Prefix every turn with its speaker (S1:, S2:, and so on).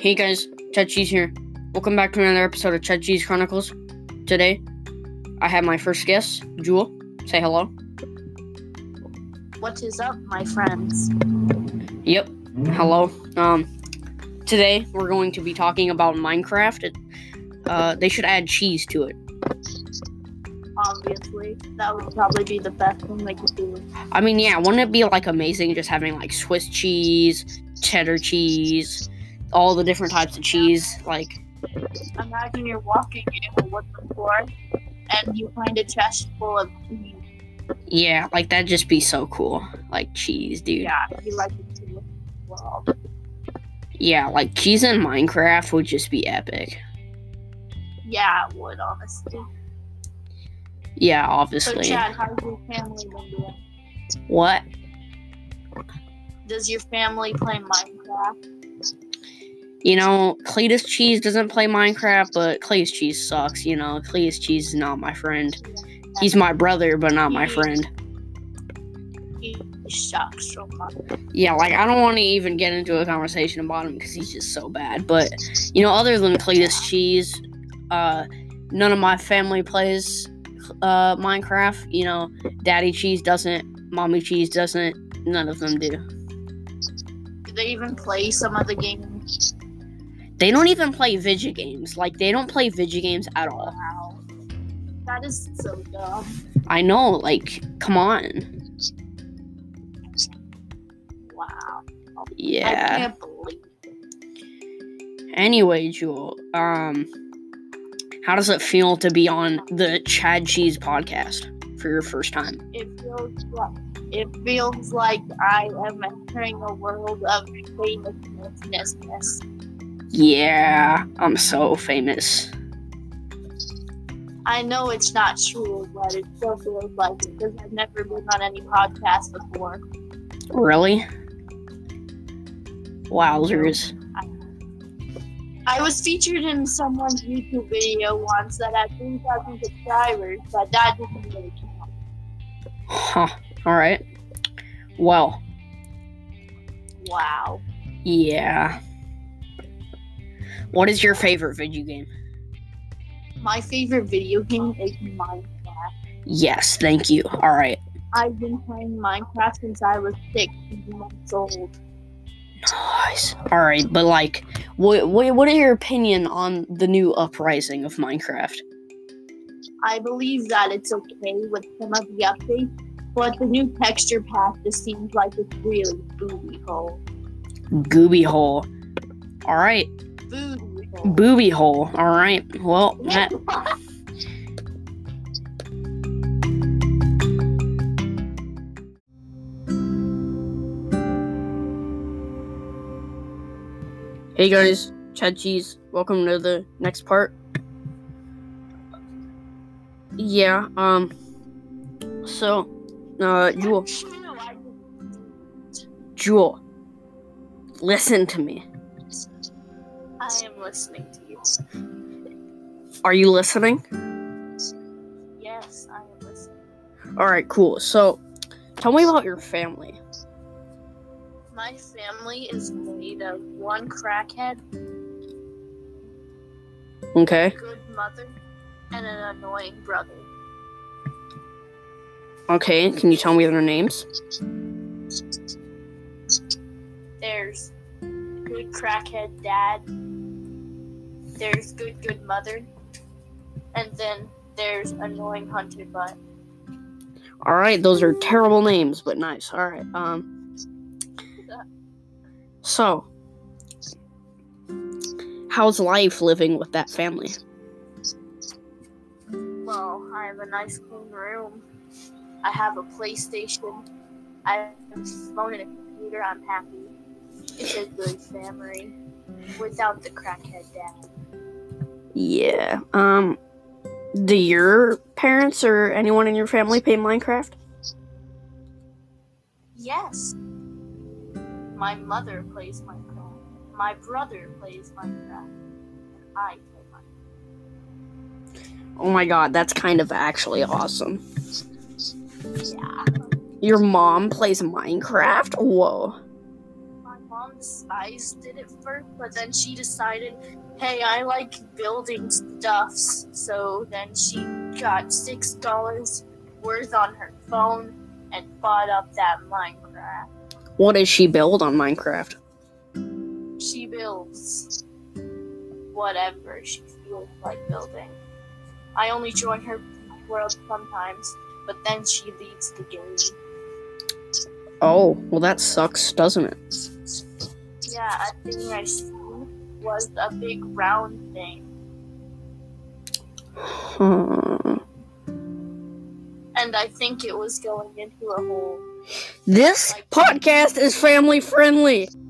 S1: Hey guys, Chet Cheese here. Welcome back to another episode of Chet Cheese Chronicles. Today, I have my first guest, Jewel. Say hello.
S2: What is up, my friends?
S1: Yep, hello. Um, today we're going to be talking about Minecraft. It, uh, they should add cheese to it.
S2: Obviously, that would probably be the best thing they could do.
S1: I mean, yeah, wouldn't it be like amazing just having like Swiss cheese, cheddar cheese, all the different types of cheese? Like,
S2: Imagine you're walking in a wooden floor and you find a chest full of cheese.
S1: yeah, like that'd just be so cool. Like cheese, dude.
S2: Yeah, you like it too. Well,
S1: Yeah, like cheese in Minecraft would just be epic.
S2: yeah, it would, honestly.
S1: Yeah,
S2: So,
S1: obviously.
S2: Chad, how's your family been doing?
S1: what?
S2: Does your family play Minecraft?
S1: You know, Cletus Cheese doesn't play Minecraft, but Cletus Cheese sucks. You know, Cletus Cheese is not my friend. He's my brother, but not my friend.
S2: He sucks so much.
S1: Yeah, like I don't want to even get into a conversation about him because he's just so bad. But you know, other than Cletus Cheese, uh, none of my family plays uh, Minecraft. You know, Daddy Cheese doesn't, Mommy Cheese doesn't. None of them do.
S2: Do they even play some of the games?
S1: They don't even play video games. Like they don't play video games at all.
S2: Wow. That is so dumb.
S1: I know. Like, come on.
S2: Wow. I
S1: Yeah.
S2: can't believe
S1: Anyway, Jewel, um, how does it feel to be on the Chad Cheese podcast for your first time?
S2: it feels like it feels like I am entering a world of famousness.
S1: Yeah, I'm so famous.
S2: I know it's not true, but it still feels like it because I've never been on any podcast before.
S1: Really? Wowzers.
S2: I was featured in someone's YouTube video once that had 3,000 subscribers, but that didn't really count.
S1: Huh. All right. Well,
S2: Wow.
S1: yeah. What is your favorite video game?
S2: My favorite video game is Minecraft.
S1: Yes, thank you. All right.
S2: I've been playing Minecraft since I was six months old.
S1: Nice. All right, but like, what what what are your opinion on the new uprising of Minecraft?
S2: I believe that it's okay with some of the updates, but the new texture pack just seems like it's really booty hole.
S1: Gooby hole. All right,
S2: Booty hole.
S1: booby hole. All right. Well, that, hey guys, Chad Cheese. Welcome to the next part. Yeah. Um. So, uh, Jewel, Jewel, listen to me.
S2: I am listening to you.
S1: Are you listening?
S2: Yes, I am listening.
S1: All right, cool. So, tell me about your family.
S2: My family is made of one crackhead,
S1: Okay.
S2: good mother, and an annoying brother.
S1: Okay. Can you tell me their names?
S2: There's good crackhead dad. There's good good mother. And then there's annoying hunter butt.
S1: All right. Those are terrible names, but nice. All right. Um. So, how's life living with that family?
S2: Well, I have a nice clean room. I have a PlayStation. I have a phone and a computer. I'm happy. It's a good family without the crackhead dad.
S1: Yeah. Um. Do your parents or anyone in your family play Minecraft?
S2: Yes. My mother plays Minecraft. My brother plays Minecraft. And I play Minecraft.
S1: Oh my god, that's kind of actually awesome.
S2: Yeah.
S1: Your mom plays Minecraft? Whoa.
S2: My mom mom despised it at first, but then she decided, hey, I like building stuffs. So then she got six dollars worth on her phone and bought up that Minecraft.
S1: What does she build on Minecraft?
S2: She builds whatever she feels like building. I only join her world sometimes, but then she leaves the game.
S1: Oh, well, that sucks, doesn't it?
S2: Yeah, a thing I seen was a big round thing,
S1: Huh.
S2: and I think it was going into a hole.
S1: This podcast is family friendly.